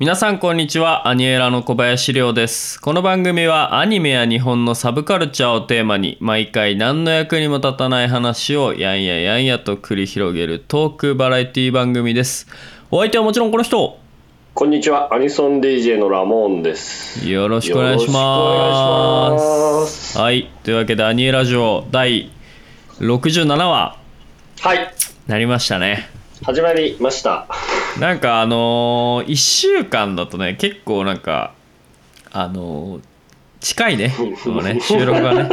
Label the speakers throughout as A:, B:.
A: 皆さんこんにちはアニエラの小林亮ですこの番組はアニメや日本のサブカルチャーをテーマに毎回何の役にも立たない話をやんややんやと繰り広げるトークバラエティ番組ですお相手はもちろんこの人
B: こんにちは、アニソン DJ のラモーンです。
A: よろしくお願いしま
B: よろしくお願いしますす
A: はいというわけでアニエラジオ第67話
B: はい、
A: なりましたね
B: 始まりました。
A: なんかあのー、1週間だとね結構なんかあのー、近いねこのね収録がね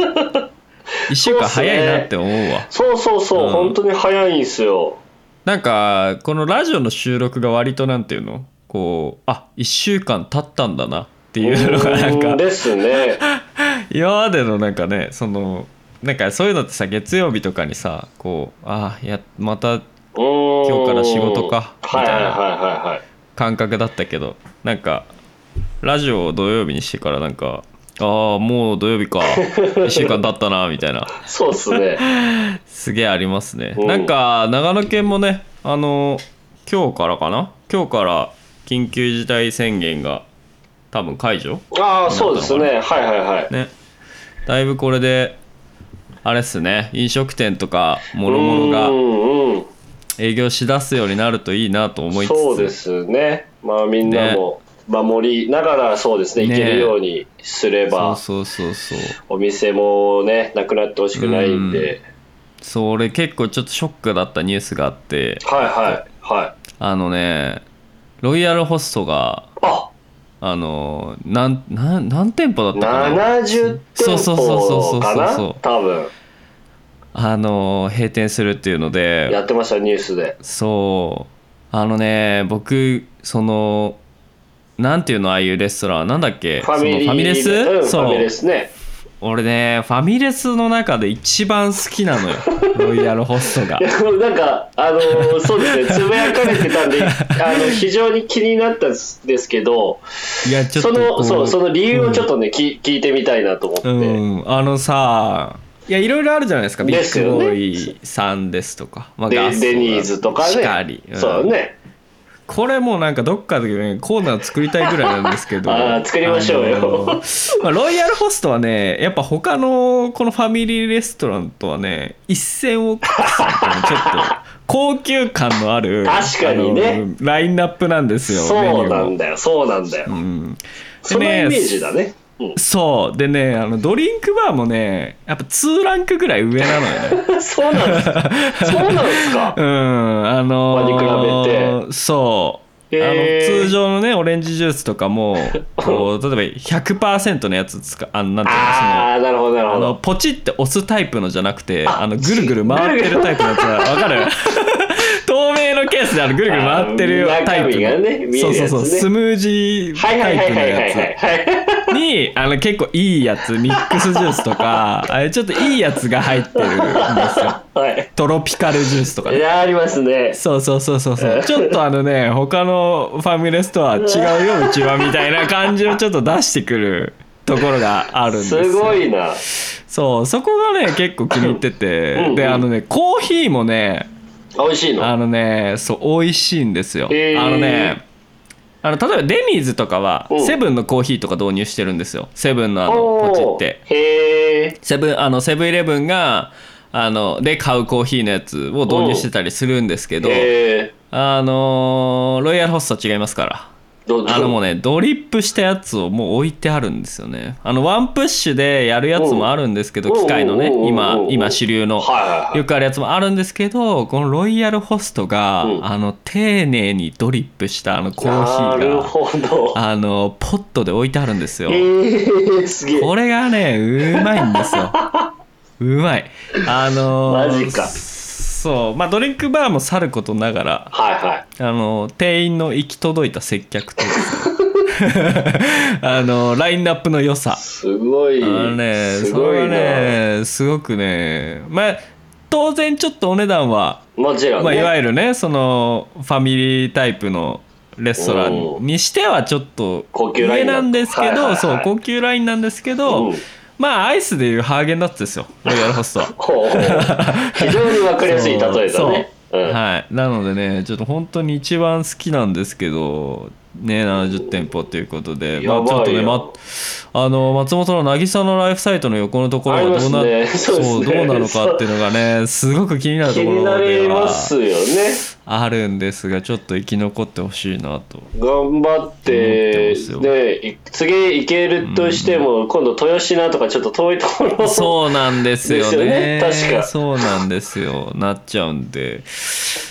A: 1週間早いなって思うわ
B: そうそうそ
A: う
B: う、
A: ん
B: 本当に早いんすよ。
A: なんかこのラジオの収録が割となんていうのこうあ1週間経ったんだなっていうのがなん
B: うー
A: か
B: んです ね。
A: 今までのなんかねそのなんかそういうのってさ月曜日とかにさこうあやまた
B: 今
A: 今日から仕事か
B: は
A: みた
B: いはい
A: いな
B: はいはい。
A: 感覚だったけどなんかラジオを土曜日にしてからなんかああもう土曜日か 1週間経ったなみたいな
B: そうです ね。
A: すげえありますね
B: うん
A: なんか長野県もねあの今日からかな今日から緊急事態宣言が多分解除
B: ああ、そうですね。はいはいはい。
A: ねだいぶこれであれっすね飲食店とか諸々
B: う
A: が
B: んうん
A: 営業しだすようになるといいなと思いつつ
B: そうですね。まあみんなも守りながらそうですね、
A: ね
B: いけるようにすれば、
A: そうそうそうそう
B: お店もね、なくなってほしくないんで。
A: そう俺結構ちょっとショックだったニュースがあって
B: はいはいはい。
A: あのねロイヤルホストが
B: あ
A: あのなんなん何店舗だったかな
B: 70
A: そう
B: 店
A: そうそうそうそ
B: 舗
A: う
B: かな
A: そう
B: 多分
A: あの閉店するっていうの
B: や
A: で
B: ってましたニュースで
A: そうあのね僕そのなんていうのああいうレストランなんだっけ
B: ファミリー
A: そのファミレス、
B: うん、フ
A: そう
B: ァミレスね
A: 俺ねファミレスの中で一番好きな のよロイヤルホストが
B: いやこれなんかあのーそうですねつぶやかれてたんであの非常に気になったんですけど
A: いやちょっ
B: そ
A: とこ
B: のそうその理由をちょっ
A: と、
B: とね、き聞いてみたいなと思って、
A: うん、あのさいやいろいろあるじゃないですかビ
B: です
A: ッ
B: よ
A: グボ
B: ね
A: ーイさんですとか、まあ
B: で
A: ガスト
B: デニーズとかね
A: しかり、ん
B: そうね
A: これもうなんかどっかで、ね、コーナー作りたいぐらいなんですけど
B: あー作りましょうよ
A: あのまあ、ロイヤルホストはねやっぱ他のこのファミリーレストランとはね一線を画すみたいなちょっと高級感のある
B: 確かにね
A: あのラインナップなんですよ
B: そうな
A: メニュー
B: んだよそうなんだよ、
A: もうん
B: そのイメージだねうん
A: そうでねあのドリンクバーもねやっぱ2ランクぐらい上なのよ ね
B: そうなんですかそうなんですか
A: うんあの
B: 輪に比
A: べてそう
B: へ
A: あ
B: ー
A: の通常のねオレンジジュースとか もこう例えば100%のやつ使うあのなんていうのその
B: ああなるほどなる
A: あ
B: ほ
A: の
B: ど
A: ポチって押すタイプのじゃなくて
B: あ
A: あのぐるぐる回ってるタイプのやつはわか る透明のケースであのぐるぐる回ってる
B: あー
A: タイプの
B: 中身がね見える
A: そ
B: や
A: う
B: つ
A: そ
B: ね
A: うそうスムージー
B: はいは
A: タ
B: い
A: イ
B: は
A: プ
B: い
A: の
B: はいはい
A: やつ
B: はいはい
A: にあの結構いいやつミックスジュースと かあれちょっといいやつが入ってるんですよ
B: はい
A: トロピカルジュースとか
B: い
A: ね
B: やありますね。
A: そうそうそうそうそうちょっとあのね他のファミレスとは違うようちはみたいな感じをちょっと出してくるところがあるんですよ
B: すごいな。
A: そうそこがね結構気に入ってて
B: うんうん
A: であのねコーヒーもね
B: 美味しいの。
A: あのねそう美味しいんですよ、
B: へー
A: あのねあの例えばデニーズとかは
B: うん
A: セブンのコーヒーとか導入してるんですよセブンのあのポチっ
B: おー
A: て
B: へえ。
A: セブンあのセブンイレブンがあので買うコーヒーのやつを導入してたりするんですけど、
B: へえ。
A: あのーロイヤルホストは違いますから
B: ど
A: あのもうねドリップしたやつをもう置いてあるんですよねあのワンプッシュでやるやつもあるんですけど
B: う
A: 機
B: ん
A: 械のね
B: うんうんうんうん
A: 今今主流の
B: はいはいはい
A: よくあるやつもあるんですけどこのロイヤルホストが、
B: うん
A: あの丁寧にドリップしたあのコーヒ
B: なる
A: ーが
B: ほど。
A: あのポットで置いてあるんですよ。
B: へえ、すげえ。
A: これがねうまいんです ようまいあのー
B: マジか
A: そうまあドリンクバーもさることながら
B: はいはい。
A: あのー店員の行き届いた接客 とですねあのーラインナップの良さ
B: すごい。
A: あのね
B: す
A: それ
B: ごい
A: は
B: な。
A: ねすごくねまあ当然ちょっとお値段は、
B: もちろんね。
A: まあ、いわゆるねそのファミリータイプのレストランにしてはちょっと
B: 高級ライ
A: 上
B: ンだ
A: なんですけ
B: はいはいは
A: ど
B: い
A: そう高級ラインなんですけど、
B: うん
A: まあアイスでいうハーゲンダッツですよロイヤルホスト は
B: ほうほう非常に分かりやすい例 えだね。うん
A: はい、なのでねちょっと本当に一番好きなんですけどね70店舗ということで、ま
B: やば
A: あ、ち
B: いよ
A: ょっとね、ま、あの松本の渚のライフサイトの横のところがどうな,、
B: ありますねそうですね
A: どうなのかっていうのがねすごく気になると
B: 気
A: ころ
B: にな
A: で
B: りま
A: は
B: すよね。
A: あるんですがちょっと生き残ってほしいなと
B: 頑張っ
A: 思って
B: て
A: ますよ
B: ねい次行けるとしても、今度豊品とかちょっと遠いところ
A: そうなんですよね。
B: ですよね確か
A: そうなんですよ。なっちゃうんで、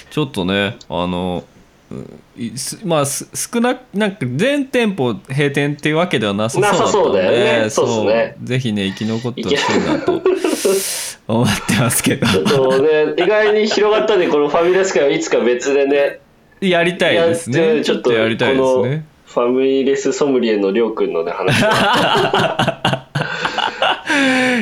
A: ちょっとね、あの、うんいすまあ、す少なく、なんか全店舗閉店っていうわけではなさそうだったので、
B: なさそうだよねそうっすね
A: ぜひね、生き残ってほしいな と思ってますけど、
B: ちょっとね意外に広がったんでこのファミレス会はいつか別でね
A: やりたいです
B: やっ
A: ね。
B: て
A: ちょっとやりたいで
B: こ
A: す
B: の
A: ね。
B: ファミレスソムリエのりょうくんのね話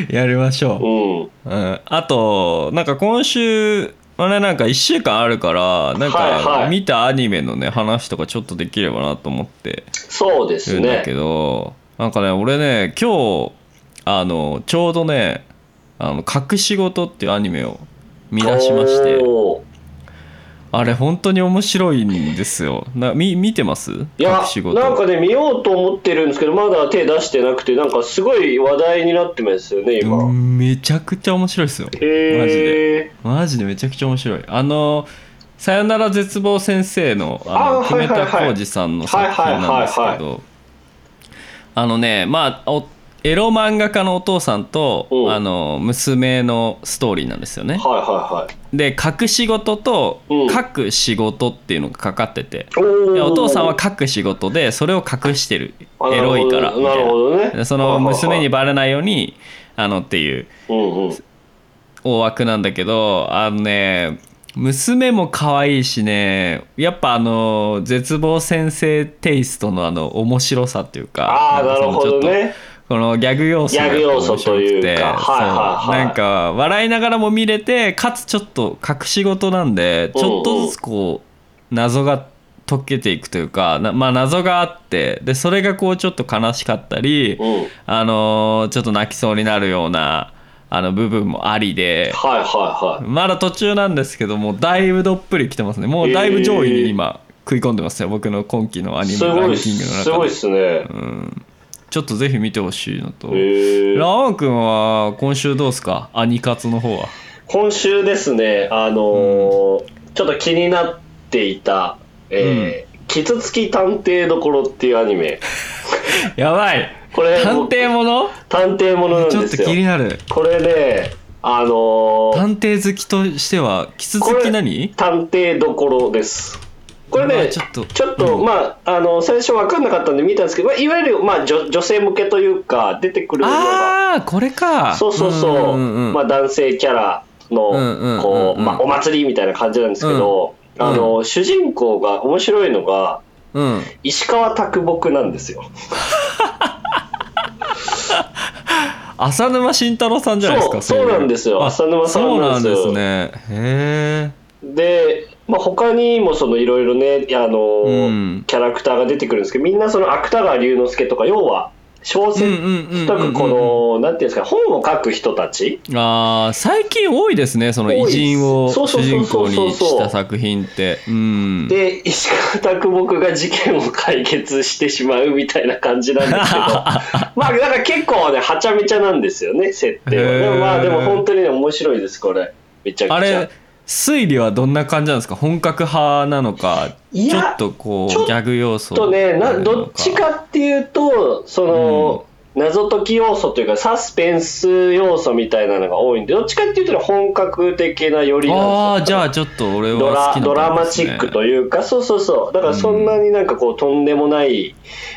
A: やりましょう
B: う。ん
A: うんあとなんか今週あれなんか1週間あるからなん
B: はい
A: か
B: はい
A: 見たアニメのね話とかちょっとできればなと思って
B: そうで
A: る
B: す
A: んだ
B: ね
A: けどなんかね俺ね今日あのちょうどね「あの隠し事」っていうアニメを見出しまして
B: おー
A: あれ本当に面白いんですよなみ見てます
B: いや
A: 隠し事
B: なんかね見ようと思ってるんですけどまだ手出してなくてなんかすごい話題になってますよね今、
A: うんめちゃくちゃ面白いですよマジで
B: へえ
A: マジでめちゃくちゃ面白いあの「さよなら絶望先生の」あの
B: あーは
A: 決
B: い
A: め
B: はいは
A: た
B: い
A: 浩二さんの作品なんです
B: はい
A: け
B: はい
A: どあのねまあおエロ漫画家のお父さんと
B: うん
A: あの娘のストーリーなんですよね
B: はいはいはい
A: で隠し事と
B: うん
A: 隠仕事っていうのがかかってて、
B: お
A: で
B: ー
A: お父さんは隠仕事でそれを隠してる
B: あ
A: エロいからみ
B: な
A: た
B: る
A: い
B: ほどね
A: なその娘にバレないようにあのっていう
B: うんうん
A: 大枠なんだけどあのね娘も可愛いしねやっぱあの絶望先生テイストのあの面白さっていうか
B: ああ
A: ん
B: な
A: かそ
B: る
A: の
B: ほど
A: ちょっ
B: ね
A: とこのギャグ要素が
B: ギャグ要素とい
A: 面白く
B: うか
A: て
B: はいはいはい
A: そうなんか笑いながらも見れてかつちょっと隠し事なんでちょっとずつこう謎が解けていくというかなまあ謎があってでそれがこうちょっと悲しかったり、
B: うん
A: あのーちょっと泣きそうになるようなあの部分もありで
B: はいはいはい
A: まだ途中なんですけどもうだいぶどっぷり来てますねもうだいぶ上位に今食い込んでますよ僕の今期のアニメ
B: す
A: ラ
B: ご
A: ン
B: い
A: キングの
B: す
A: 中
B: ごい
A: で
B: ですね。
A: ちょっとぜひ見てほしいのと
B: へー
A: ラオウ君は今週どうですかアニカツの方は
B: 今週ですね、あのーちょっと気になっていた、えー傷つき探偵どころっていうアニメ。
A: やばい
B: これ、
A: 探偵もの
B: 僕探偵ものなん
A: ちょ
B: で
A: っと
B: す
A: 気に
B: よ。
A: なる
B: これね、あのー
A: 探偵好きとしてはキツ
B: こ
A: 好
B: れ
A: き何
B: 探偵どころです。これ
A: うわ
B: ね、
A: ちょっと
B: ちょっと、
A: うん
B: まあ、あの、最初分かんなかったんで見たんですけど、まあ、いわゆる、まあ、女女性向けというか、出てくるのが、
A: ああこれか
B: そうそうそう、
A: んんん
B: まあ、男性キャラの、
A: うんうんうんうん
B: こう、まあ、お祭りみたいな感じなんですけど、
A: うん
B: あの、主人公が面白いのが、
A: うん
B: 石川啄木なんですよ。
A: 浅沼慎太郎さんじゃないですか
B: そう
A: れ
B: そうなんですよ
A: あ
B: 浅沼さんなんですよ
A: そうなんですねへ
B: で、まあ、他にもそのいろいろね、あの、
A: うん
B: キャラクターが出てくるんですけど、みんなその芥川龍之介とか、要は、小
A: えう
B: 説
A: んうんうんうんうん
B: とかこの、なんていうんですか、本を書く人たち、
A: あー最近多いですねその偉人を
B: 多い
A: 主人公
B: そうそうそうそう
A: に
B: そう
A: した作品ってうん
B: で、石川啄木が事件を解決してしまうみたいな感じな んですけど、まあ、なんか結構ね、はちゃめちゃなんですよね、設定は。
A: へー
B: でもまあ、でも本当にね、面白いです、これ。めちゃくちゃ。
A: あれ推理はどんな感じなんですか本格派なのか
B: い
A: ちょ
B: や
A: っとこう
B: ちょっと
A: ギャグ要
B: ち
A: 素
B: ょっとねな、どっち
A: あるの
B: かっていうと、その、謎解き要素というか、サスペンス要素みたいなのが多いんで、どっちかっていうとね本格的なよりなんですよ。
A: ああじゃあちょっと俺
B: ド
A: は好
B: ラ
A: きな
B: ドラ
A: 感
B: マ
A: じ
B: チ
A: ですね
B: ックというか、そうそうそう、だからそんなになんかこう、とんでもない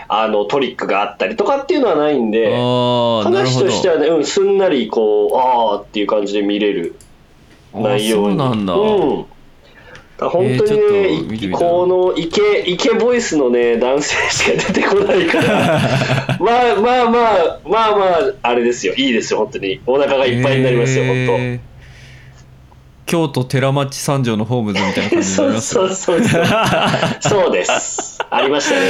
B: あのトリックがあったりとかっていうのはないんで、
A: ああなる
B: 話
A: ほ
B: と
A: ど
B: してはね、うん、すんなりこう、あーっていう感じで見れる内
A: あーそ
B: 容に。
A: うなんだ
B: うんだから本当に
A: えー
B: ね、
A: ちょっと見てみたいな
B: このイケイケボイスのね男性しか出てこないから まあまあまあまあまああれですよいいですよ本当にお腹がいっぱいになりますよ、
A: へ
B: 本
A: ー
B: 当。
A: 京都寺町三条のホームズみたいな感じになり
B: そう
A: ますよ
B: そう そうそう。そうです。ありましたね。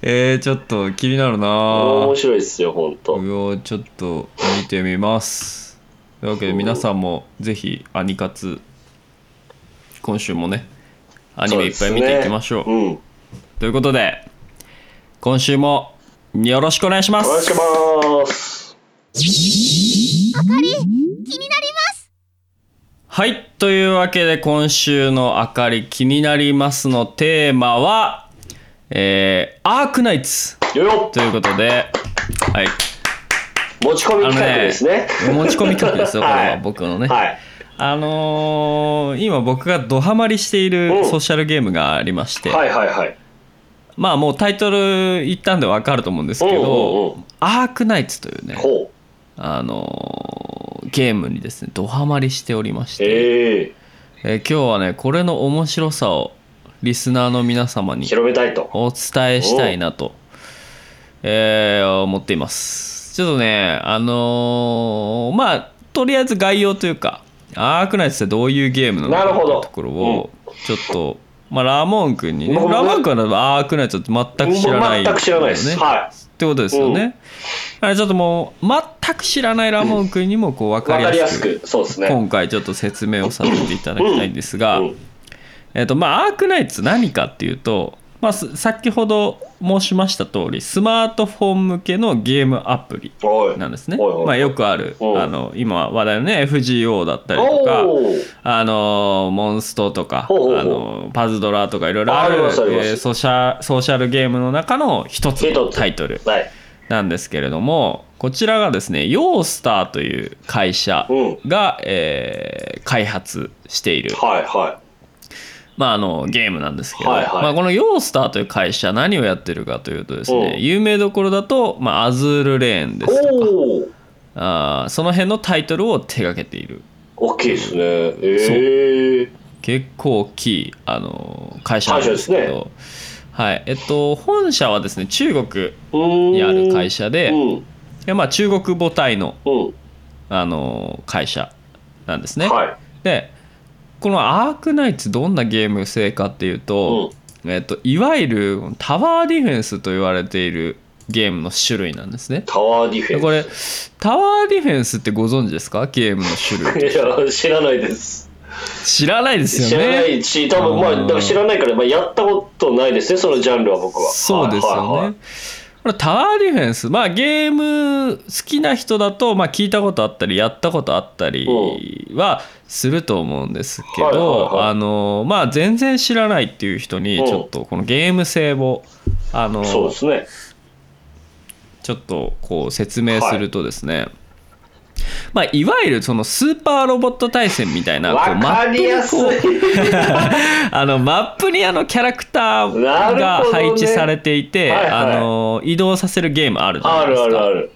A: えー、ちょっと気になるな
B: 面
A: ぁ
B: 白いですよ、本当。
A: うおちょっと見てみますというわけで皆さんもぜひアニカツ今週もねアニメいっぱい見ていきましょう
B: そうですね
A: ということで今週もよろしくお願いしま
B: うん。お願いし
A: す
B: ます。
A: はいというわけで今週の「あかり気になります」のテーマはえー、アークナイツ
B: よよ
A: ということではい
B: 持ち込み企画ですね。
A: 持ち込み企画 ですよこれは僕のね、
B: はい。
A: あのー今僕がドハマりしているソーシャルゲームがありまして、
B: はいはいはい。
A: まあもうタイトル言ったんでわかると思うんですけ
B: うんうん
A: ど
B: うん
A: 「アークナイツ」というね
B: ほう。
A: あのーゲームにですねドハマりしておりまして、
B: ええ
A: えー今日はねこれの面白さをリスナーの皆様に
B: 広めたいと。
A: お伝えしたいなと、えー思っていますちょっとねあのーまあとりあえず概要というかアークナイツってどういうゲームなのか
B: なるほ
A: とい
B: ど
A: うところをちょっと、まあ、ラモン君にね
B: 僕もね
A: ラモン君はアークナイツって全く知らない、
B: 全く知らないです。
A: ね
B: は
A: ってことですよね、あれちょっともう全く知らないラモン君にもこう分
B: い。わ
A: か
B: か
A: り
B: り
A: や
B: や
A: す
B: す
A: く
B: く、そうですね。
A: 今回ちょっと説明をさせていただきたいんですが、
B: うん
A: えっとまあ、アークナイツ何かっていうと、まあ、す先ほど申しました通りスマートフォン向けのゲームアプリ
B: おい。
A: なんですね、
B: おいおい
A: まあ、よくある
B: おう
A: あの今話題のね FGO だったりとか
B: おおー。
A: あのモンストとか
B: ほうほうほう
A: あのパズドラとかいろいろある
B: ありますあります
A: えーソシャソーシャルゲームの中の一つの
B: 一つ
A: タイトル
B: はい。
A: なんですけれどもこちらがですねヨースターという会社
B: うん。
A: が、えー開発している
B: はいは
A: まあ、あのゲームなんですけど、
B: はいはい
A: まあ、このヨースターという会社何をやってるかというとですね
B: うん
A: 有名どころだと、まあ、アズールレーンで
B: い。
A: すとか
B: おお。
A: あーその辺のタイトルを手掛けている
B: 大きいですね。ええ
A: 結構大きい、あのー会社なんですけ
B: 会社
A: どはいえっと、本社はですね中国
B: うーん。
A: にある会
B: 社
A: 社で,
B: う
A: で、
B: ん。
A: まあ、中国母体の、
B: うん。
A: あのー会社なんですね。
B: はい。
A: でこのアークナイツどんなゲーム性かっていうと、
B: うん。
A: えっと、いわゆるタワーディフェンスと言われているゲームの種類なんですね。
B: タワーディフェン
A: で
B: ス。
A: これタワーディフェンスってご存知ですかゲームの種類
B: い や、知らないです。
A: 知らないです
B: 知
A: よ
B: らな
A: ね
B: いし、多分ま
A: う
B: あ、
A: ん
B: だから知らないから、まあ、やったことないですね、そのジャンルは僕は。
A: そうです
B: はいはい
A: よ
B: はい
A: ねこれタワーディフェンスまあゲーム好きな人だと、まあ、聞いたことあったりやったことあったりはすると思うんですけ
B: はいはい
A: ど
B: はい
A: あのまあ全然知らないっていう人に
B: うん
A: ちょっとこのゲーム性をあの
B: そうですね。
A: ちょっとこう説明するとですね、いまあ、いわゆるそのスーパーロボット対戦みたいなこう
B: わ
A: マ
B: か
A: ップ
B: りやすい。
A: にこう あのマップにあのキャラクター
B: なる
A: が
B: ほどね
A: 配置されていて、
B: はいはい
A: あの移動させるゲームあるじゃな
B: あ
A: いです
B: る
A: か
B: あるある。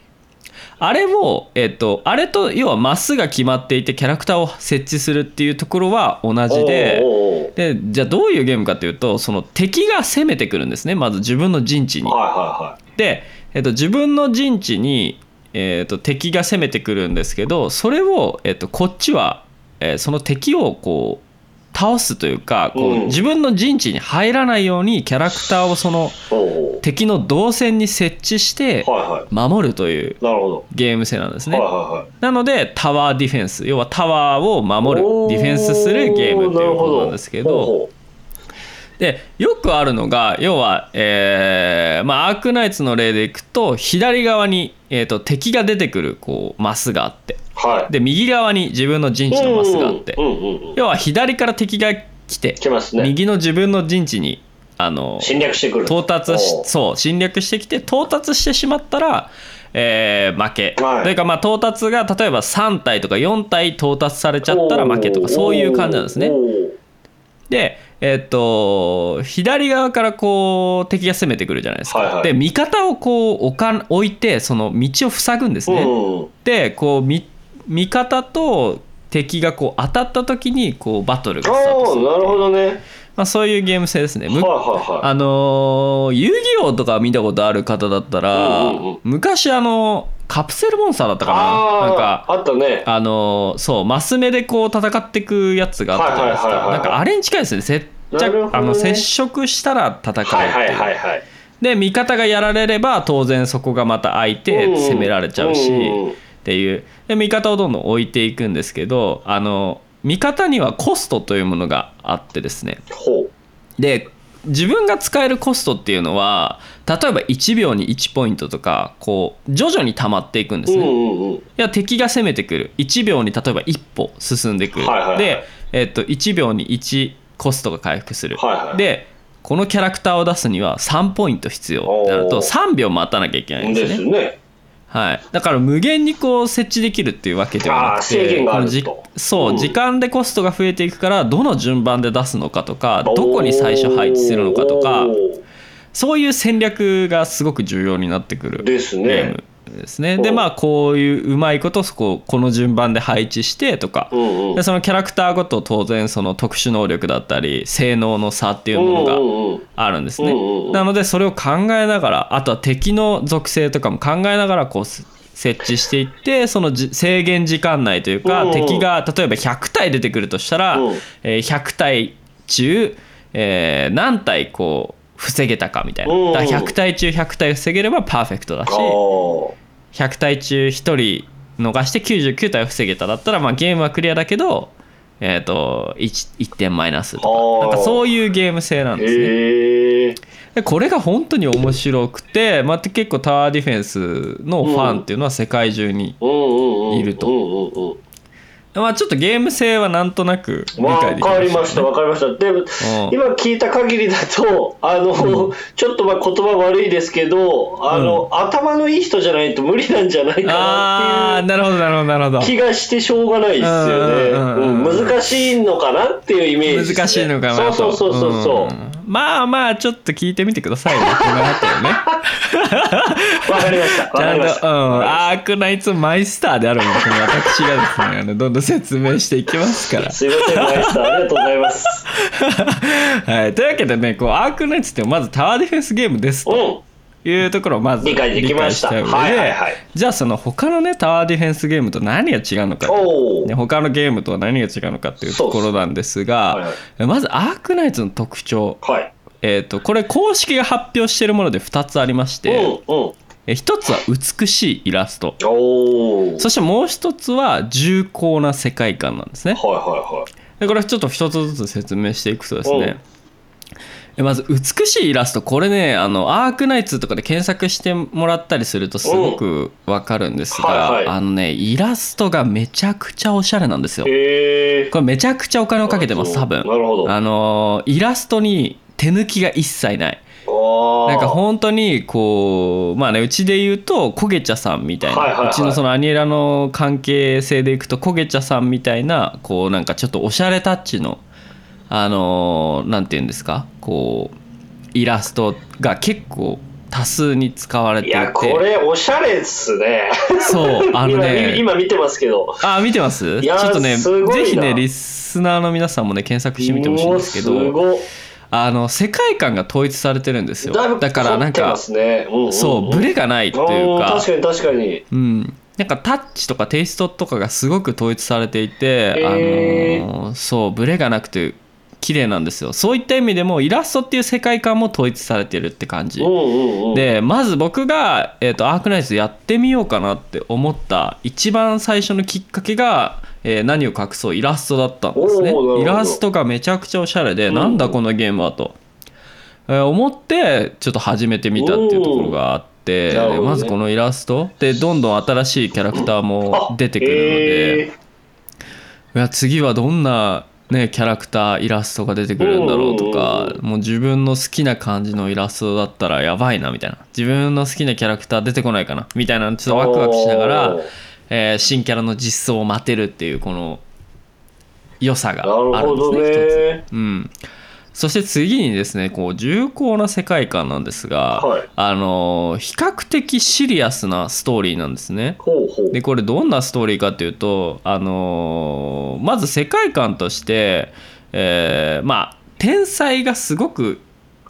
A: あれを、えっとあれと要はマスが決まっていてキャラクターを設置するっていうところは同じで。
B: おうおう
A: でじゃあどういうゲームかというとその敵が攻めてくるんですねまず自分の陣地
B: お
A: に
B: う。はいは
A: で、えっと、自分の陣地に、えっと、敵が攻めてくるんですけどそれを、えっと、こっちは、えーその敵をこう倒すというかこう、
B: うん
A: 自分の陣地に入らないようにキャラクターをその
B: いはい。おうおう
A: 敵の動線に設置して
B: はいは
A: 守るという
B: い。なるほど。
A: ゲーム性なんですね。
B: はいはいはい。
A: なのでタワーディフェンス要はタワーを守る
B: おー
A: ディフェンスするゲームということなんですけ
B: なる
A: ど
B: ほほう
A: でよくあるのが要は、えーまあ、アークナイツの例でいくと左側に、えー、と敵が出てくるこうマスがあって
B: はい。
A: で右側に自分の陣地のマスがあって
B: うんうんうんうん。
A: 要は左から敵が来て
B: 来ますね。
A: 右の自分の陣地にあの
B: 侵略してくる。
A: 到達し
B: おう
A: そう侵略してきて到達してしまったら、えー負け、
B: はい
A: というかまあ到達が例えば3体とか4体到達されちゃったら負けとかそういう感じなんですね
B: お。う
A: で、えーっと左側からこう敵が攻めてくるじゃないですか、
B: はいはい
A: で味方をこう置か置いてその道を塞ぐんです
B: おう
A: ね、
B: うんうん。
A: でこうみ味方と敵がこう当たった時にこうバトルがスタート
B: お
A: す
B: う
A: る、
B: なるほどね。
A: まあ、そういうゲーム性ですね、
B: はい
A: む
B: はいは
A: あのー遊戯王とか見たことある方だったら、
B: うんうんうん
A: 昔あのカプセルモンスターだったか
B: あ
A: な
B: あ
A: なんか
B: あったね
A: あのーそうマス目でこう戦っていくやつがあったじゃないです
B: はいはい
A: かな
B: はいはい
A: んかあれに近いですね接
B: なるほど
A: 着
B: ね
A: あの接触したら戦うっていう、
B: はいはいはいはい
A: で味方がやられれば当然そこがまた空いて
B: うん
A: 攻められちゃうし、
B: ん
A: っていうで味方をどんどん置いていくんですけどあの味方にはコストというものがあってですね
B: ほう
A: で自分が使えるコストっていうのは例えば1秒に1ポイントとかこう徐々に溜まっていくんです
B: うん
A: ね、い
B: うんうん
A: や敵が攻めてくる1秒に例えば1歩進んでくる、
B: はいはいはい
A: で、えっと1秒に1コストが回復する、
B: はいはい
A: でこのキャラクターを出すには3ポイント必要ってなると
B: おー
A: 3秒待たなきゃいけないんです
B: で
A: よね
B: すね
A: はい、だから無限にこう設置できるっていうわけではなくて
B: あー制限があ
A: こ
B: る
A: のじ
B: と
A: そう、
B: うん
A: 時間でコストが増えていくからどの順番で出すのかとかど
B: おー
A: こに最初配置するのかとか
B: おー
A: そういう戦略がすごく重要になってくるゲ
B: です
A: ー
B: ね
A: ムですね。
B: うん
A: でまあこういううまいことそここの順番で配置してとか
B: うんうん
A: でそのキャラクターごと当然その特殊能力だったり性能の差っていうものが
B: うんうんうん
A: あるんですね、
B: うんうんうん
A: なのでそれを考えながらあとは敵の属性とかも考えながらこうす設置していってそのじ制限時間内というか、
B: うんうん
A: 敵が例えば100体出てくるとしたら、
B: うん
A: えー100体中、えー何体こう防げたかみたいな、
B: うん
A: だから100体中100体防げればパーフェクトだし
B: あー
A: 100体中1人逃して99体防げただったら、まあ、ゲームはクリアだけど、えー、と 1, 1点マイナスとか
B: あー
A: なんかそういうゲーム性なんですね。
B: へえ
A: でこれが本当に面白くて、まあ、結構タワーディフェンスのファンっていうのは世界中に、い
B: い
A: ると
B: と
A: まあ、ちょっとゲーム性はなんとなく理
B: わ
A: 解でき
B: かりました
A: よね
B: わかりましたでも
A: うん
B: 今聞いた限りだとあの、ちょっとまあ言葉悪いですけどあの、頭のいい人じゃないと無理なんじゃな
A: あ
B: いかな
A: あ
B: っていう
A: なるほどなるほどなるほど
B: 気がしてしょうがないですよね、
A: うんうんうんうん
B: うん難しいのかなっていうイメージです、ね、
A: 難しいのかなと
B: そうそうそうそうそうわ、
A: んまあまあちょっと聞いてみてくださいねこの後ね
B: かりました
A: ち
B: わか
A: ゃんと、う
B: りま
A: ん、
B: した
A: アークナイツマイスターであるものこの私がですねあのどんどん説明していきますから
B: すいませんマイスターありがとうございます
A: はい、というわけでねこうアークナイツってまずタワーディフェンスゲームです
B: う
A: と
B: ん
A: いうところをまず
B: 理解できました
A: 理解上で
B: はいはいはい
A: じゃあその他のねタワーディフェンスゲームと何が違うのか
B: おお、
A: ね他のゲームとは何が違うのかっていうところなんですが、
B: そうです
A: まずアークナイツの特徴、
B: はい
A: えー、とこれ公式が発表しているもので2つありまし
B: うん
A: て、
B: うん
A: え1つは美しいイラスト
B: おお
A: そしてもう1つは重厚な世界観なんですね
B: はいはいはい
A: でこれちょっと一つずつ説明していくとですねえまず美しいイラストこれねあのアークナイツとかで検索してもらったりするとすごくわかるんですが、
B: はいはい
A: あのねイラストがめちゃくちゃおしゃれなんですよ
B: へえ
A: これめちゃくちゃお金をかけてます多分
B: なるほど
A: あのイラストに手抜きが一切ない
B: あ
A: なんか本当にこうまあねうちで言うと焦げ茶さんみたいな、
B: はいはいはいう
A: ちのそのアニエラの関係性でいくと焦げ茶さんみたいなこうなんかちょっとおしゃれタッチのあのーなんて言うんですかこうイラストが結構多数に使われて
B: い
A: いて
B: やこれおしゃれっすね
A: そうあのね
B: 今今見てますけど
A: あ見てます
B: い
A: ち
B: や
A: ょ
B: ー
A: っとね
B: すごいな
A: ぜひねリスナーの皆さんもね検索してみてほしいんですけど
B: うおす
A: あの世界観が統一されてるんです
B: ご
A: よ
B: いだいぶ
A: だからなん
B: 凝ってま
A: か
B: すねうんうんうん
A: そうブレがないっていう
B: あー
A: か
B: 確かに確かに
A: うん、なんかタッチとかテイストとかがすごく統一されていて、
B: へー
A: あのーそうブレがなくて綺麗なんですよそういった意味でもイラストっていう世界観も統一されてるって感じ
B: うんうんうん
A: でまず僕が、えー、とアークナイツやってみようかなって思った一番最初のきっかけが、えー何を隠そうイラストだったんですね
B: おーなるほど
A: イラストがめちゃくちゃおしゃれで、
B: うん
A: なんだこのゲームはと、えー思ってちょっと始めてみたっていうところがあって。
B: おーなるほどね
A: まずこのイラストでどんどん新しいキャラクターも
B: あ
A: 出てくるので、いや次はどんな、ね、キャラクターイラストが出てくるんだろうとか
B: うんうん
A: もう自分の好きな感じのイラストだったらやばいなみたいな自分の好きなキャラクター出てこないかなみたいなちょっとワクワクしなが
B: おー
A: ら、えー新キャラの実装を待てるっていうこの良さが
B: なる
A: ある
B: ほ
A: んですね
B: どね
A: 一つうん、そして次にですねこう重厚な世界観なんですが、
B: はい
A: あのー比較的シリアスなストーリーなんですね。
B: ほうほう
A: でこれどんなストーリーかっていうと、あのーまず世界観として、えーまあ天才がすごく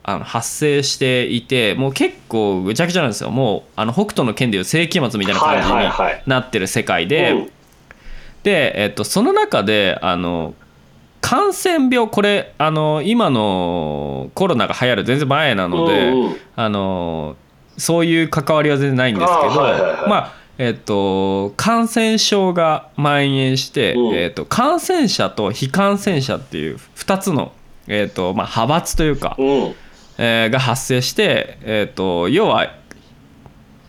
A: あの発生していてもう結構ぐちゃぐちゃなんですよもうあの北斗の拳でいう世紀末みたいな感じ
B: はいはいはい
A: になってる世界で、
B: うん
A: で、えっと、その中であの感染病これあの今のコロナが流行る全然前なので、
B: うんうん
A: あのそういう関わりは全然ないんですけど
B: あーはいはいはい
A: まあえっと感染症が蔓延して、
B: うん
A: えっと感染者と非感染者っていう2つの、えっとまあ、派閥というか、
B: うん
A: えーが発生して、えー、と要は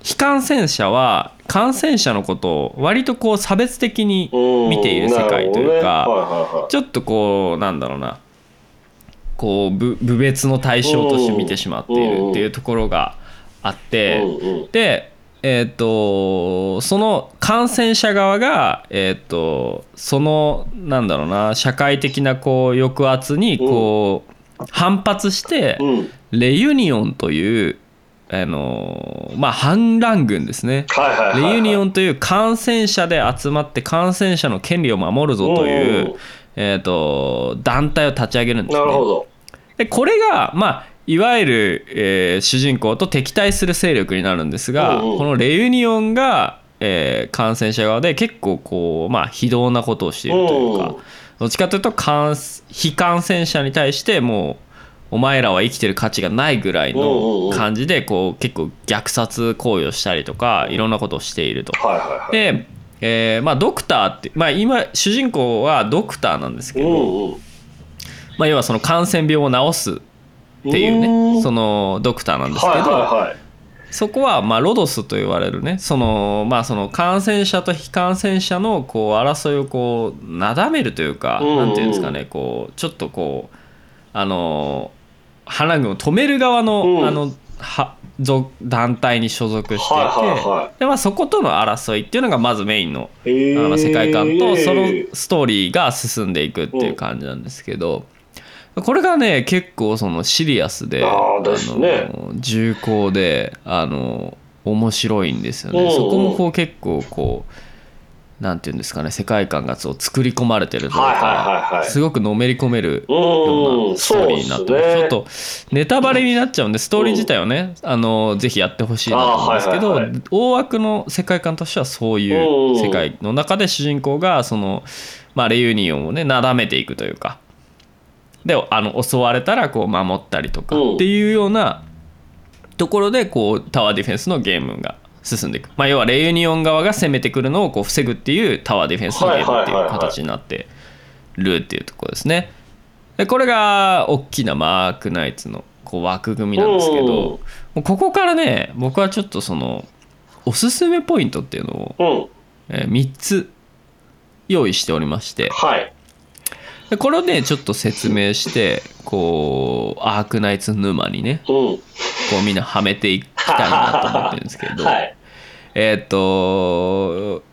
A: 非感染者は感染者のことを割とこう差別的に
B: うん
A: 見ている世界という
B: なるほどね
A: か、
B: はいはいはい
A: ちょっとこうなんだろうなこうぶ部別の対象として見てしまっているっていうところがあって。
B: うんうん
A: で、えー、とその感染者側が、えー、とそのなんだろうな社会的なこう抑圧にこう、反発して、
B: うん
A: レユニオンというあのまあ反乱軍ですね。
B: はいはいはいはい
A: レユニオンという感染者で集まって感染者の権利を守るぞとい
B: うん
A: う、えー、と団体を立ち上げるんです
B: なるほ
A: ね。
B: ど
A: でこれがまあいわゆる、えー主人公と敵対する勢力になるんですが、
B: うんうん
A: このレユニオンが、えー感染者側で結構こうまあ非道なことをしているというか、
B: うん
A: どっちかというと感非感染者に対してもうお前らは生きてる価値がないぐらい
B: うんうん
A: の
B: うん
A: 感じでこう結構虐殺行為をしたりとかいろんなことをしていると。
B: はいはいはい
A: で、えーまあ、ドクターって、まあ、今主人公はドクターなんですけ
B: う
A: ど、
B: んうん
A: まあ、要はその感染病を治すっていう
B: う
A: ね
B: ん
A: そのドクターなんですけど、
B: はいはいはい
A: そこはまあロドスと言われるねそのまあその感染者と非感染者のこう争いをこうなだめるというか、
B: うんうん
A: なんていうんですかねこうちょっとこうあの反乱軍を止める側の、
B: うん
A: あのはぞ団体に所属していて、
B: はいはいは
A: でまあ、そことの争いっていうのがまずメインの
B: へー
A: あの世界観とそのストーリーが進んでいくっていう感じなんですけど、これがね結構そのシリアスで
B: あーですね
A: の重厚であの面白いんですよね、
B: うんうん
A: そこもこう結構こうなんていうんですかね世界観がそう作り込まれてるというか、
B: はいはいはいはい
A: すごくのめり込めるよう
B: う
A: なんストーリーになってます、
B: そうっ
A: ちょっ
B: すね
A: とネタバレになっちゃうんでストーリー自体はね、あのぜひやってほしいなと思うんですけ
B: あ
A: ど、
B: ーはいはい
A: 大枠の世界観としてはそう
B: うん
A: いううん世界の中で主人公がその、まあ、レユニオンをねなだめていくというかであの襲われたらこう守ったりとか
B: うん
A: っていうようなところでこうタワーディフェンスのゲームが進んでいく、まあ、要はレユニオン側が攻めてくるのをこう防ぐっていうタワーディフェンスのゲームっていう形になってるっていうところですね。でこれが大きなマークナイツのこう枠組みなんですけど
B: うん
A: もうここからね僕はちょっとそのおすすめポイントっていうのを、
B: うん
A: え3つ用意しておりまして
B: はい
A: でこれをねちょっと説明してこうアークナイツ沼にね
B: うん
A: こうみんなはめていきたいなと思ってるんですけど、
B: はい
A: えーっと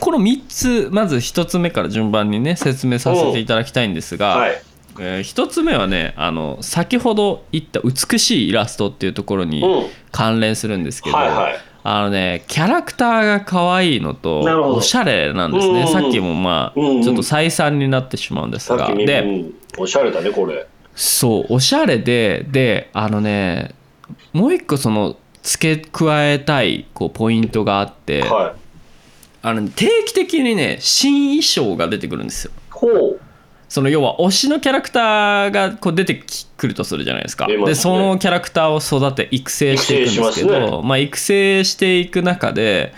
A: この3つまず1つ目から順番にね説明させていただきたいんですが、
B: はい
A: え1つ目はねあの先ほど言った美しいイラストっていうところ
B: うん
A: に関連するんですけど、
B: はいはい
A: あのねキャラクターが可愛いのと
B: なるほど
A: おしゃれなんですね、
B: うんうん
A: さっきもまあ、
B: うんうん
A: ちょっと再三になってしまうんです
B: さっ
A: が
B: き見
A: で
B: うんおしゃれだねこれ
A: そうおしゃれでであのねもう一個その付け加えたいこうポイントがあって、
B: はい
A: あの定期的にね新衣装が出てくるんですよ
B: ほう
A: その要は推しのキャラクターがこう出てきくるとするじゃないですか
B: 出ますね
A: でそのキャラクターを育て育成していくんですけ
B: 育成
A: ど
B: します
A: まあ、育成していく中で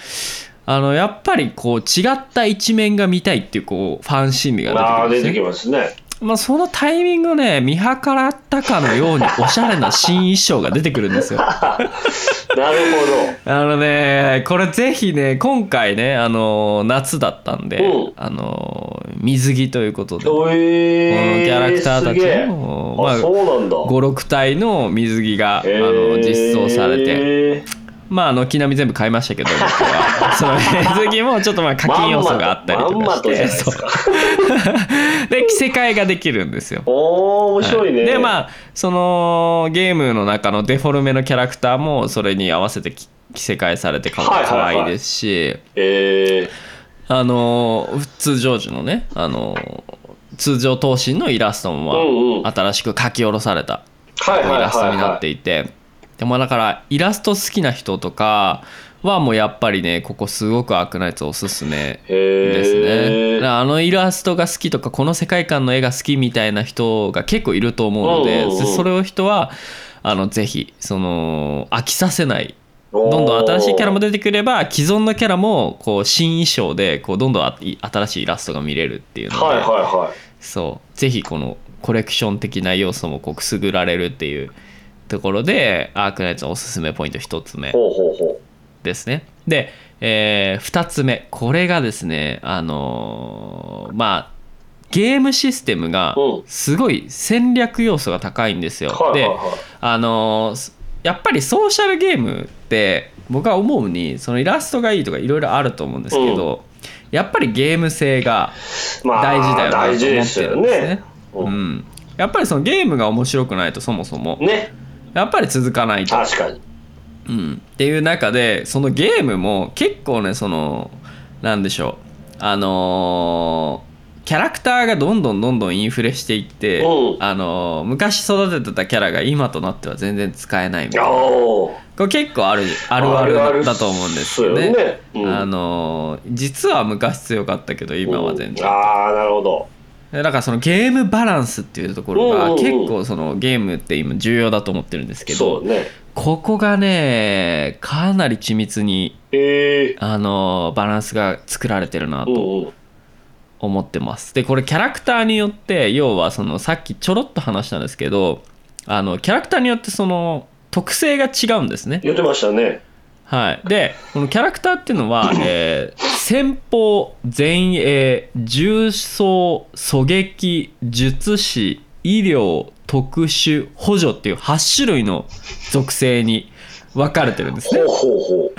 A: あのやっぱりこう違った一面が見たいっていうこうファン心理
B: あ
A: が
B: あ
A: 出て
B: 出て
A: く
B: き
A: るんですね
B: ますね
A: まあ、そのタイミングをね見計らったかのようにおしゃれな新衣装が出てくるん ですよ
B: なる
A: あのねこれぜひね今回ねあの夏だったんで、
B: うん
A: あの水着ということで、
B: ほど
A: この
B: えー
A: キャラクターた
B: すげ
A: ち
B: え
A: の、
B: あ、そうなんだ
A: 56体の水着が、
B: へ
A: あの
B: ー
A: 実装されてまああの軒並み全部買いましたけど僕はその水着もちょっとまあ課金要素があったりとか
B: まんま
A: し
B: とまんまとじ
A: て
B: ゃないですか
A: そうで着せ替えができるんですよ。
B: おー面白いね、
A: はでまあそのゲームの中のデフォルメのキャラクターもそれに合わせてき着せ替えされてか
B: はいはい
A: 可
B: はい
A: 愛いですし、
B: え
A: あのー通常時のねあのー通常等身のイラストもまあ
B: うんうん
A: 新しく書き下ろされた
B: はいはいはいはい
A: イラストになっていて、でもだからイラスト好きな人とかはもうやっぱりねここすごくアークナイツおすすめ
B: へえ
A: ですね、だからあのイラストが好きとかこの世界観の絵が好きみたいな人が結構いると思うので、
B: うんうんうん
A: それを人はあのぜひその飽きさせないどんどん新しいキャラも出てくれば既存のキャラもこう新衣装でこうどんどんあい新しいイラストが見れるっていうので、
B: はいはいは
A: そうぜひこのコレクション的な要素もこうくすぐられるっていうところでアークナイツのおすすめポイント1つ目
B: いほうほうほ
A: ですね。で、え2つ目これがですねあのーまあゲームシステムが
B: うん
A: すごい戦略要素が高いんですよ。
B: うはい
A: で
B: はいはい
A: あのーやっぱりソーシャルゲームって僕は思うにそのイラストがいいとかいろいろあると思うんですけど、やっぱりゲーム性が
B: まあ
A: 大事だよなと思
B: 大
A: って
B: 事
A: るん
B: で
A: ですすね
B: よ。ね
A: う
B: うん
A: ん、やっぱりそのゲームが面白くないとそもそも
B: ね
A: やっぱり続かないと、
B: 確かに
A: うん、っていう中でそのゲームも結構ねそのなんでしょうあのーキャラクターがどんどんどんどんインフレしていって、
B: うん
A: あのー昔育ててたキャラが今となっては全然使えないみたいな
B: おー
A: これ結構あるあるあるだと思うんですよね。
B: あるあるっすよねうん
A: あの実は昔強かったけど今は全然。
B: うんああなるほど
A: だからそのゲームバランスっていうところ
B: うん
A: が
B: うんうん
A: 結構そのゲームって今重要だと思ってるんですけど、
B: そうね
A: ここがねかなり緻密に
B: ええ
A: あのバランスが作られてるな
B: うん
A: と
B: うん
A: 思ってます。でこれキャラクターによって要はそのさっきちょろっと話したんですけどあのキャラクターによってその特性が違うんですね。
B: 言ってましたね
A: はい、でこのキャラクターっていうの は、えー先方前衛重装狙撃術師医療特殊補助っていう8種類の属性に分かれてるんです
B: ほ
A: ね
B: う、ほうほ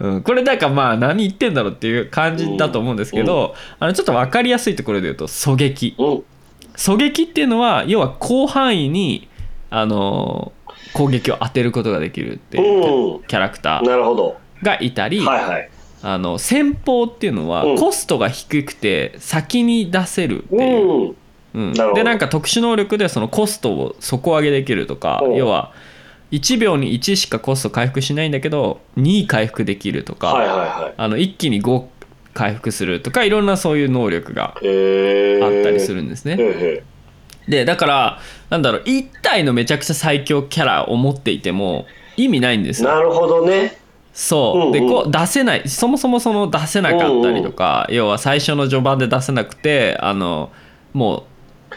B: う
A: うん、これなんかまあ何言ってんだろうっていう感じだと思うんですけど、あのちょっと分かりやすいところで言うと狙撃
B: うん
A: 狙撃っていうのは要は広範囲に、あのー攻撃を当てることができるっていう
B: うん
A: キャラクター
B: なるほど
A: がいたり、
B: はいはい
A: あの先方っていうのは
B: うん
A: コストが低くて先に出せるっていう、
B: うん
A: うん
B: なるほど
A: でなんか特殊能力でそのコストを底上げできるとか
B: おう
A: 要は1秒に1しかコスト回復しないんだけど2回復できるとか、
B: はいはいはい
A: あの一気に5回復するとかいろんなそういう能力が
B: へえ
A: あったりするんです
B: へ
A: ね。
B: え
A: でだからなんだろう1体のめちゃくちゃ最強キャラを持っていても意味ないんですよ
B: なるほどね
A: そう、
B: うんうん
A: でこう出せないそもそもその出せなかったりとか、要は最初の序盤で出せなくてあのも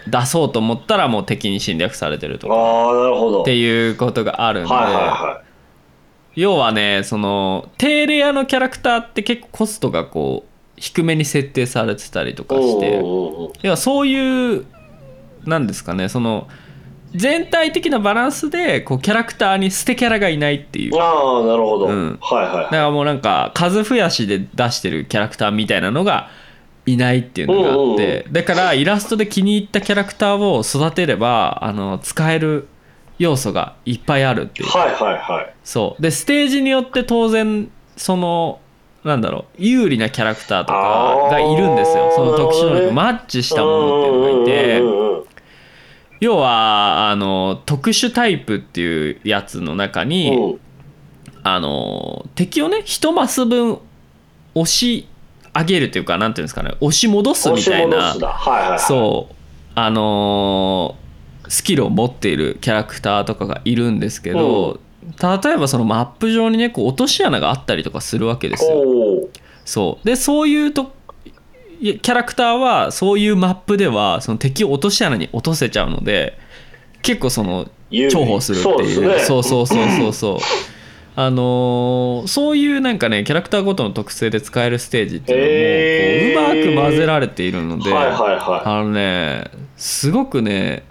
A: う出そうと思ったらもう敵に侵略されてるとか
B: あ
A: っ
B: あなるほど
A: ていうことがあるんで、
B: はいはいは
A: 要はねその低レアのキャラクターって結構コストがこう低めに設定されてたりと
B: い
A: かして、
B: うんうんうんうん
A: 要はそういうなんですかねその全体的なバランスでこうキャラクターに捨てキャラがいないっていう
B: ああなるほど、
A: うん
B: はいはい
A: だからもうなんか数増やしで出してるキャラクターみたいなのがいないっていうのがあっ
B: うん
A: てだからイラストで気に入ったキャラクターを育てればあの使える要素がいっぱいあるっていう
B: はいはいはい
A: そうでステージによって当然そのなんだろう有利なキャラクターとかがいるんです
B: あ
A: よ
B: ー
A: その特殊能
B: なるほどね
A: 力マッチしたものっていうのがいて
B: うんうんうんうん
A: 要はあの特殊タイプっていうやつの中に、
B: うんうん
A: あの敵をね一マス分押し上げるというかなんていうんですかね押し戻すみたい
B: 押し戻
A: な
B: すだはいはいはい
A: そうあのースキルを持っているキャラクターとかがいるんですけど、例えばそのマップ上にねこう落とし穴があったりとかするわけですよ。
B: おー
A: そうでそういうといやキャラクターはそういうマップではその敵を落とし穴に落とせちゃうので結構その
B: 有利
A: 重宝するっていう
B: そうですね
A: そうそうそうそうそうあのーそういうなんかねキャラクターごとの特性で使えるステージっていうのも、
B: へー
A: こううまく混ぜられているので、
B: はいはいは
A: あのねすごくね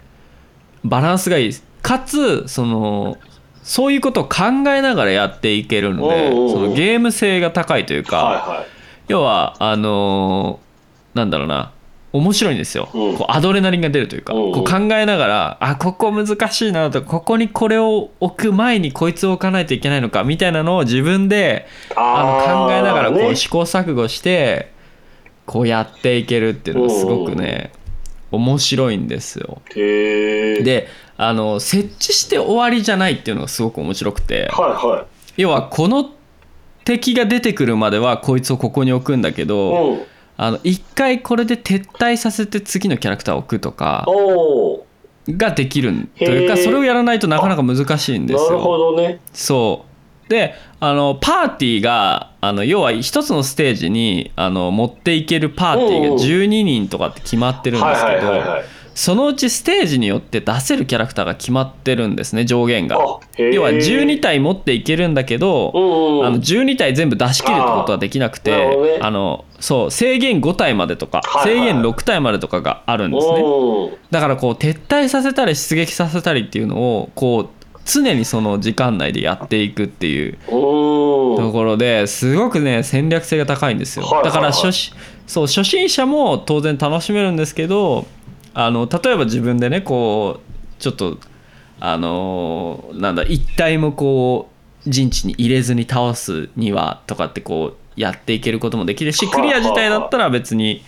A: バランスがいいですかつそのそういうことを考えながらやっていけるので
B: おうおうおう
A: そのゲーム性が高いという
B: い
A: か、
B: は
A: 要はあのーなんだろうな面白いんですよ、
B: うん
A: こうアドレナリンが出るというか、
B: うんうん
A: こう考えながらあここ難しいなとかここにこれを置く前にこいつを置かないといけないのかみたいなのを自分で
B: い
A: あ
B: ー
A: の考えながらこう
B: ね
A: 試行錯誤してこうやっていけるっていうのがすごくね面白いんですよ。
B: へー
A: であの設置して終わりじゃないっていうのがすごく面白くて
B: は
A: 要はこの敵が出てくるまではこいつをここに置くんだけ
B: い
A: ど、
B: はい。うん。
A: あの一回これで撤退させて次のキャラクターを置くとか
B: おお。
A: ができるというか
B: へー
A: それをやらないとなかなか難しいんで
B: な
A: す
B: るほ
A: よ。
B: どね。
A: そうであのパーティーがあの要は一つのステージにあの持っていけるパーティー
B: うんう
A: が
B: ん
A: 12人とかって決まってるん
B: は
A: で
B: い
A: す
B: は
A: け
B: いはい
A: ど
B: はい。
A: そのうちステージによって出せるキャラクターが決まってるんですね上限が。
B: あ、へえ。
A: 要は12体持っていけるんだけど、
B: うんうん。
A: あの12体全部出し切るってことはできなくて
B: あーなるほどね
A: あのそう制限5体までとか、
B: はいはい
A: 制限6体までとかがあるんですね
B: うん
A: だからこう撤退させたり出撃させたりっていうのをこう常にその時間内でやっていくっていう
B: う
A: と
B: ん。
A: ころですごくね戦略性が高いんですよ
B: はいはいは
A: だ
B: い
A: から初心そう初心者も当然楽しめるんですけどあの例えば自分でねこうちょっとあのーなんだ一体もこう陣地に入れずに倒すにはとかってこうやっていけることもできるし
B: はあ
A: クリア自体だったら別に。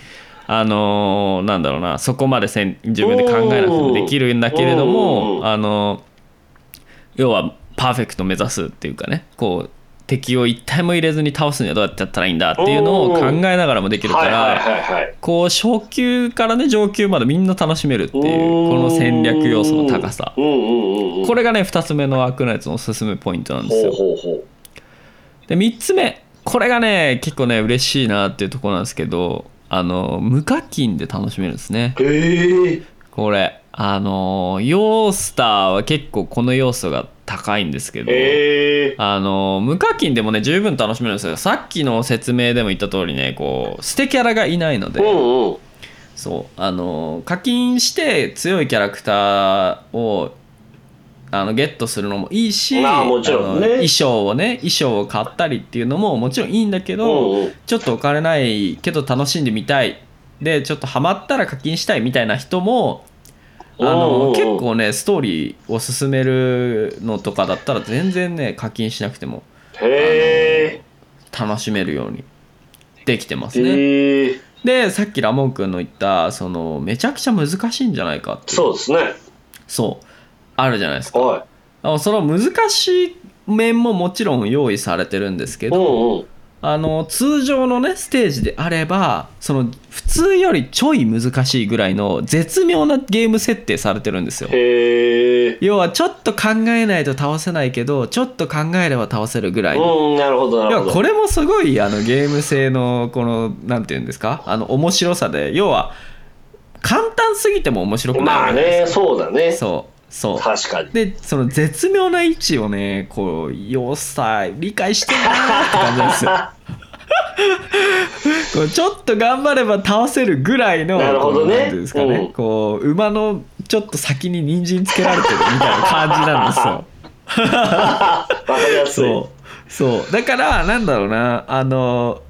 A: あのーなんだろうなそこまでせん自分で考えなくてもできるんだけれど
B: うんうんう
A: も
B: ん
A: あのー要はパーフェクト目指すっていうかねこう敵を一体も入れずに倒すにはどうやってやったらいいんだっていうのを考えながらもできるか
B: はいはい
A: ら
B: はいはい。
A: こう初級からね上級までみんな楽しめるっていうこの戦略要素の高さ
B: うんうんうんうん。
A: これがね2つ目のワークナイツのおすすめポイントなんです
B: ほう
A: よ
B: ほうほう。
A: で3つ目これがね結構ね嬉しいなっていうところなんですけどあの無課金で楽しめるんですね
B: へえ。
A: これあのヨースターは結構この要素が高いんですけど
B: へえ。
A: あの無課金でもね十分楽しめるんですよさっきの説明でも言った通りねこう捨てキャラがいないので、
B: うんうん。
A: そうあの課金して強いキャラクターをあのゲットするのもいいし
B: まあもちろんね
A: あの衣装をね衣装を買ったりっていうのももちろんいいんだけど、
B: うんうん。
A: ちょっとお金ないけど楽しんでみたいでちょっとハマったら課金したいみたいな人もあ
B: うんうんう
A: の
B: ん
A: 結構ねストーリーを進めるのとかだったら全然ね課金しなくても
B: へ
A: 楽しめるようにできてます
B: え。
A: ね。
B: へえ。
A: でさっきラモン君の言ったそのめちゃくちゃ難しいんじゃないかっていう
B: そうですね。
A: そうあるじゃないですか。
B: は
A: あのその難しい面ももちろん用意されてるんですけ
B: い。
A: ど、
B: うんうん。
A: あの通常のねステージであればその普通よりちょい難しいぐらいの絶妙なゲーム設定されてるんですよ
B: へえ。
A: 要はちょっと考えないと倒せないけどちょっと考えれば倒せるぐらいの
B: うん、なるほど、なる
A: 要
B: ほ
A: は
B: ど。
A: これもすごいあのゲーム性のこのなんて言うんですかあの面白さで要は簡単すぎても面白くない
B: まあ
A: わけ
B: ね、
A: ですよ
B: そうだね。
A: そうそう
B: 確かに。
A: でその絶妙な位置をねこう要塞理解してるなーって感じなんです よこうちょっと頑張れば倒せるぐらいの
B: なるほどね
A: こうなんていうんですかね、
B: うん
A: こう馬のちょっと先に人参つけられてるみたいな感じなんですよ
B: わかりやすい。
A: そうそうだからなんだろうなあの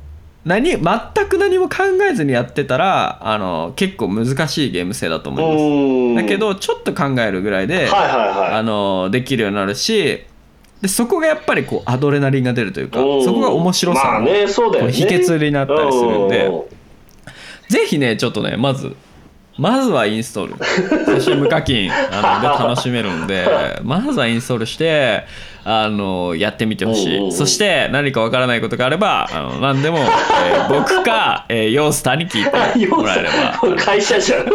A: 何全く何も考えずにやってたらあの結構難しいゲーム性だと思います
B: うん。
A: だけ、どちょっと考えるぐらいで、
B: はいはいは
A: あ
B: い。
A: のできるようになるしでそこがやっぱりこうアドレナリンが出るというか
B: うん
A: そこが面白
B: ま
A: さ
B: あ
A: の、
B: ね、そうだよね。
A: 秘訣になったりするんで
B: う
A: ぜひねちょっとねまずまずはインストールそして無課金あので楽しめるんで まずはインストールしてあのやってみてほ
B: うんうん
A: し
B: う
A: い
B: ん
A: そして何かわからないことがあればあの何でも、え ー僕か、えーヨースターに聞いてもらえれば、
B: 要するに 会社じゃん。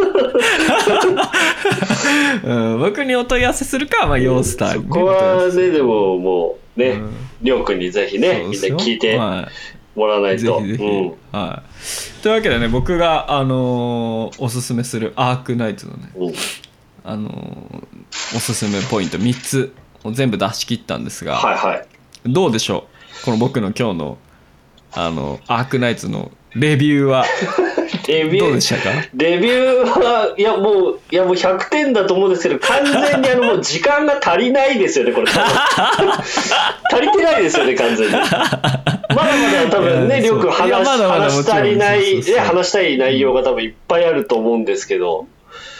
A: うん、僕にお問い合わせするか、まあ、ヨースター
B: そ
A: にお問
B: こ
A: い合わ
B: は
A: せす
B: ね、
A: る
B: でももうね
A: うん、
B: りょうくんにぜひね、
A: そうで
B: みん
A: す
B: な
A: よ
B: 聞いて
A: はい
B: もらわない
A: ぜ
B: と。
A: ひぜひ、
B: うん
A: はい、というわけでね僕が、あのーおすすめするアークナイトのね、
B: うん
A: あのーおすすめポイント3つを全部出し切ったんですが、
B: はいはい。
A: どうでしょうこの僕の今日の、あのアークナイツのレビューは
B: デビュー
A: どうでしたか
B: レビューは、いやもう、いやもう100点だと思うんですけど、完全にあのもう時間が足りないですよね、これ。 足りてないですよね、完全に。まだまだ多分
A: いや
B: ね、りょうくん
A: そういや
B: 話
A: まだまだ
B: 話し足りな
A: もちろんそうそ
B: い、
A: うそう
B: ね話したい内容が多分いっぱいあると思うんですけど、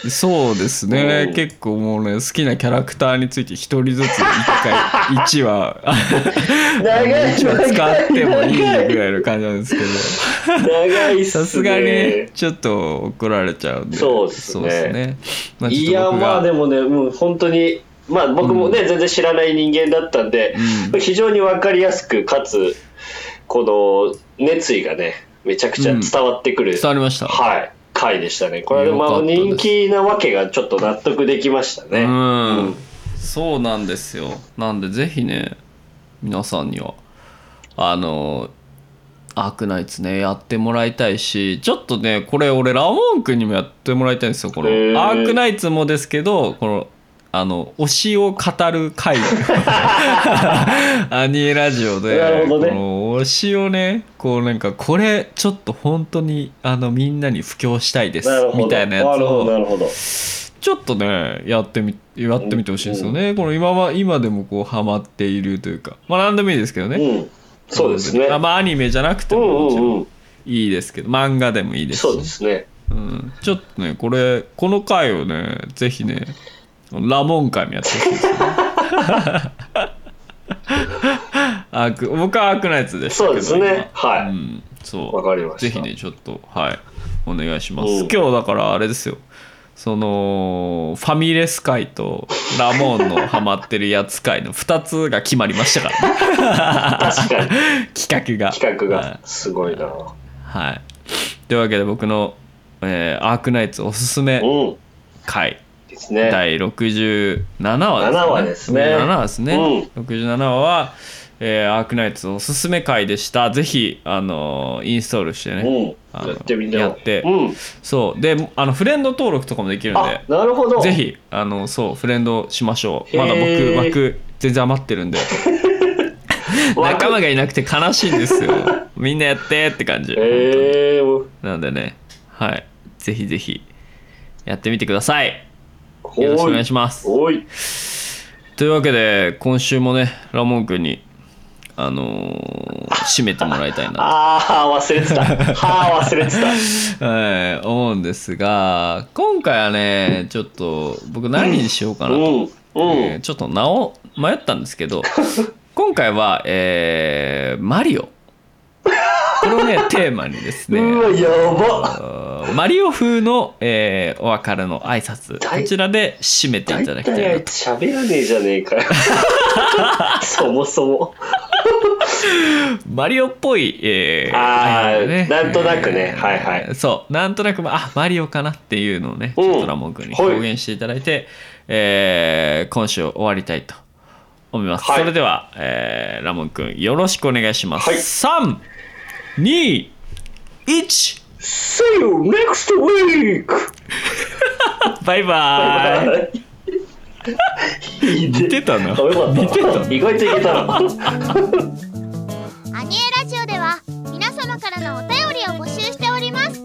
A: そうですね、
B: うん
A: 結構もうね好きなキャラクターについて一人ずつ1回1 話
B: 長い長い
A: 一話使ってもいいぐ
B: 長い
A: らいの感じなんですけど
B: 長いっす
A: さ
B: ね
A: すがにちょっと怒られちゃうんで
B: そうっす
A: そ
B: ね
A: うっすねまあ
B: い
A: ちょっ
B: や
A: と僕が
B: まあでもねもう本当にまあ僕もね、全然知らない人間だったんで、
A: う
B: 非常に分かりやすくかつこの熱意がねめちゃくちゃ伝わってくる、
A: 伝わりました、
B: はい回でしたねこれでま
A: よかっ
B: あ
A: たです
B: 人気なわけがちょっと納得できましたね
A: うん、
B: うん
A: そうなんですよなんでぜひね皆さんにはあのアークナイツねやってもらいたいしちょっとねこれ俺ラモン君にもやってもらいたいんですよこの
B: へー
A: アークナイツもですけどこのあの推しを語る会アニエラジオで
B: なるほどね
A: この推しをねこうなんかこれちょっと本当にあのみんなに布教したいです
B: なるほど
A: みたいなやつ
B: なるほ
A: を
B: どなるほど
A: ちょっとねやってみやってみてほしいんですよね、この今は今でもこうハマっているというかまあ何でもいいですけどね、
B: うんそうですね
A: あまあアニメじゃなくて
B: うん
A: ももち
B: う
A: ろん
B: んうん
A: いいですけど漫画でもいいですし
B: そうですね
A: うん、ちょっとねこれこの回をねぜひねラモン回もやってほしい ですねアーク僕はアークナイツでしたけど
B: そうですね
A: 今
B: はい
A: うん、そう
B: わかりました
A: ぜひねちょっとはいお願いします、
B: うん
A: 今日だからあれですよそのファミレス会とラモンのハマってるやつ会の2つが決まりましたからね
B: 確かに
A: 企画が
B: 企画
A: はい
B: がすごいな、
A: はい、というわけで僕の、えーアークナイツおすすめ
B: うん
A: 回
B: ですね
A: 第67話ですね。
B: 7話ですね
A: 67話ですね。67話は、えーアークナイツおすすめ回でした。ぜひ、あのーインストールして
B: う
A: ね。
B: ん
A: あの
B: やってみよう
A: やって
B: うん
A: そう。で、あの、フレンド登録とかもできるん
B: あ
A: で、
B: なるほど
A: ぜひ、あの、そう、フレンドしましょう。
B: へー
A: まだ僕、枠、全然余ってるん で。
B: 枠
A: 仲間がいなくて悲しいん ですよ。みんなやってって感じ。
B: えー、
A: なのでね、はい。ぜひぜひ、やってみてください。
B: お
A: よろしくお願いします。
B: おい
A: というわけで今週もねラモン君にあのー締めてもらいたいな
B: ああ忘れてたはあ忘れ てた
A: と、はい、思うんですが今回はねちょっと僕何にしようかな
B: う
A: と、
B: んうん、
A: えーちょっと名を迷ったんですけど 今回は、えーマリオこれをねテーマにですね
B: うわやば
A: あーマリオ風の、えーお別れの挨拶
B: 大
A: こちらで締めてい
B: 大
A: ただきたい
B: 体あ
A: ない
B: つ喋らねえじゃねえかよ そもそも
A: マリオっぽい、えー
B: あー
A: アニメ
B: なんとなくねはいはい
A: そうなんとなくあマリオかなっていうのをね、
B: うん
A: ちょっとラモン君に表現していただいて、えー今週終わりたいと思います、
B: はい
A: それでは、えーラモン君よろしくお願いします、
B: はい
A: 321
B: See you next week!
A: バイバイ
B: い
A: 似てたな
B: あよかった
A: 似てた
B: 意外といけたな
C: アニエラジオでは皆様からのお便りを募集しております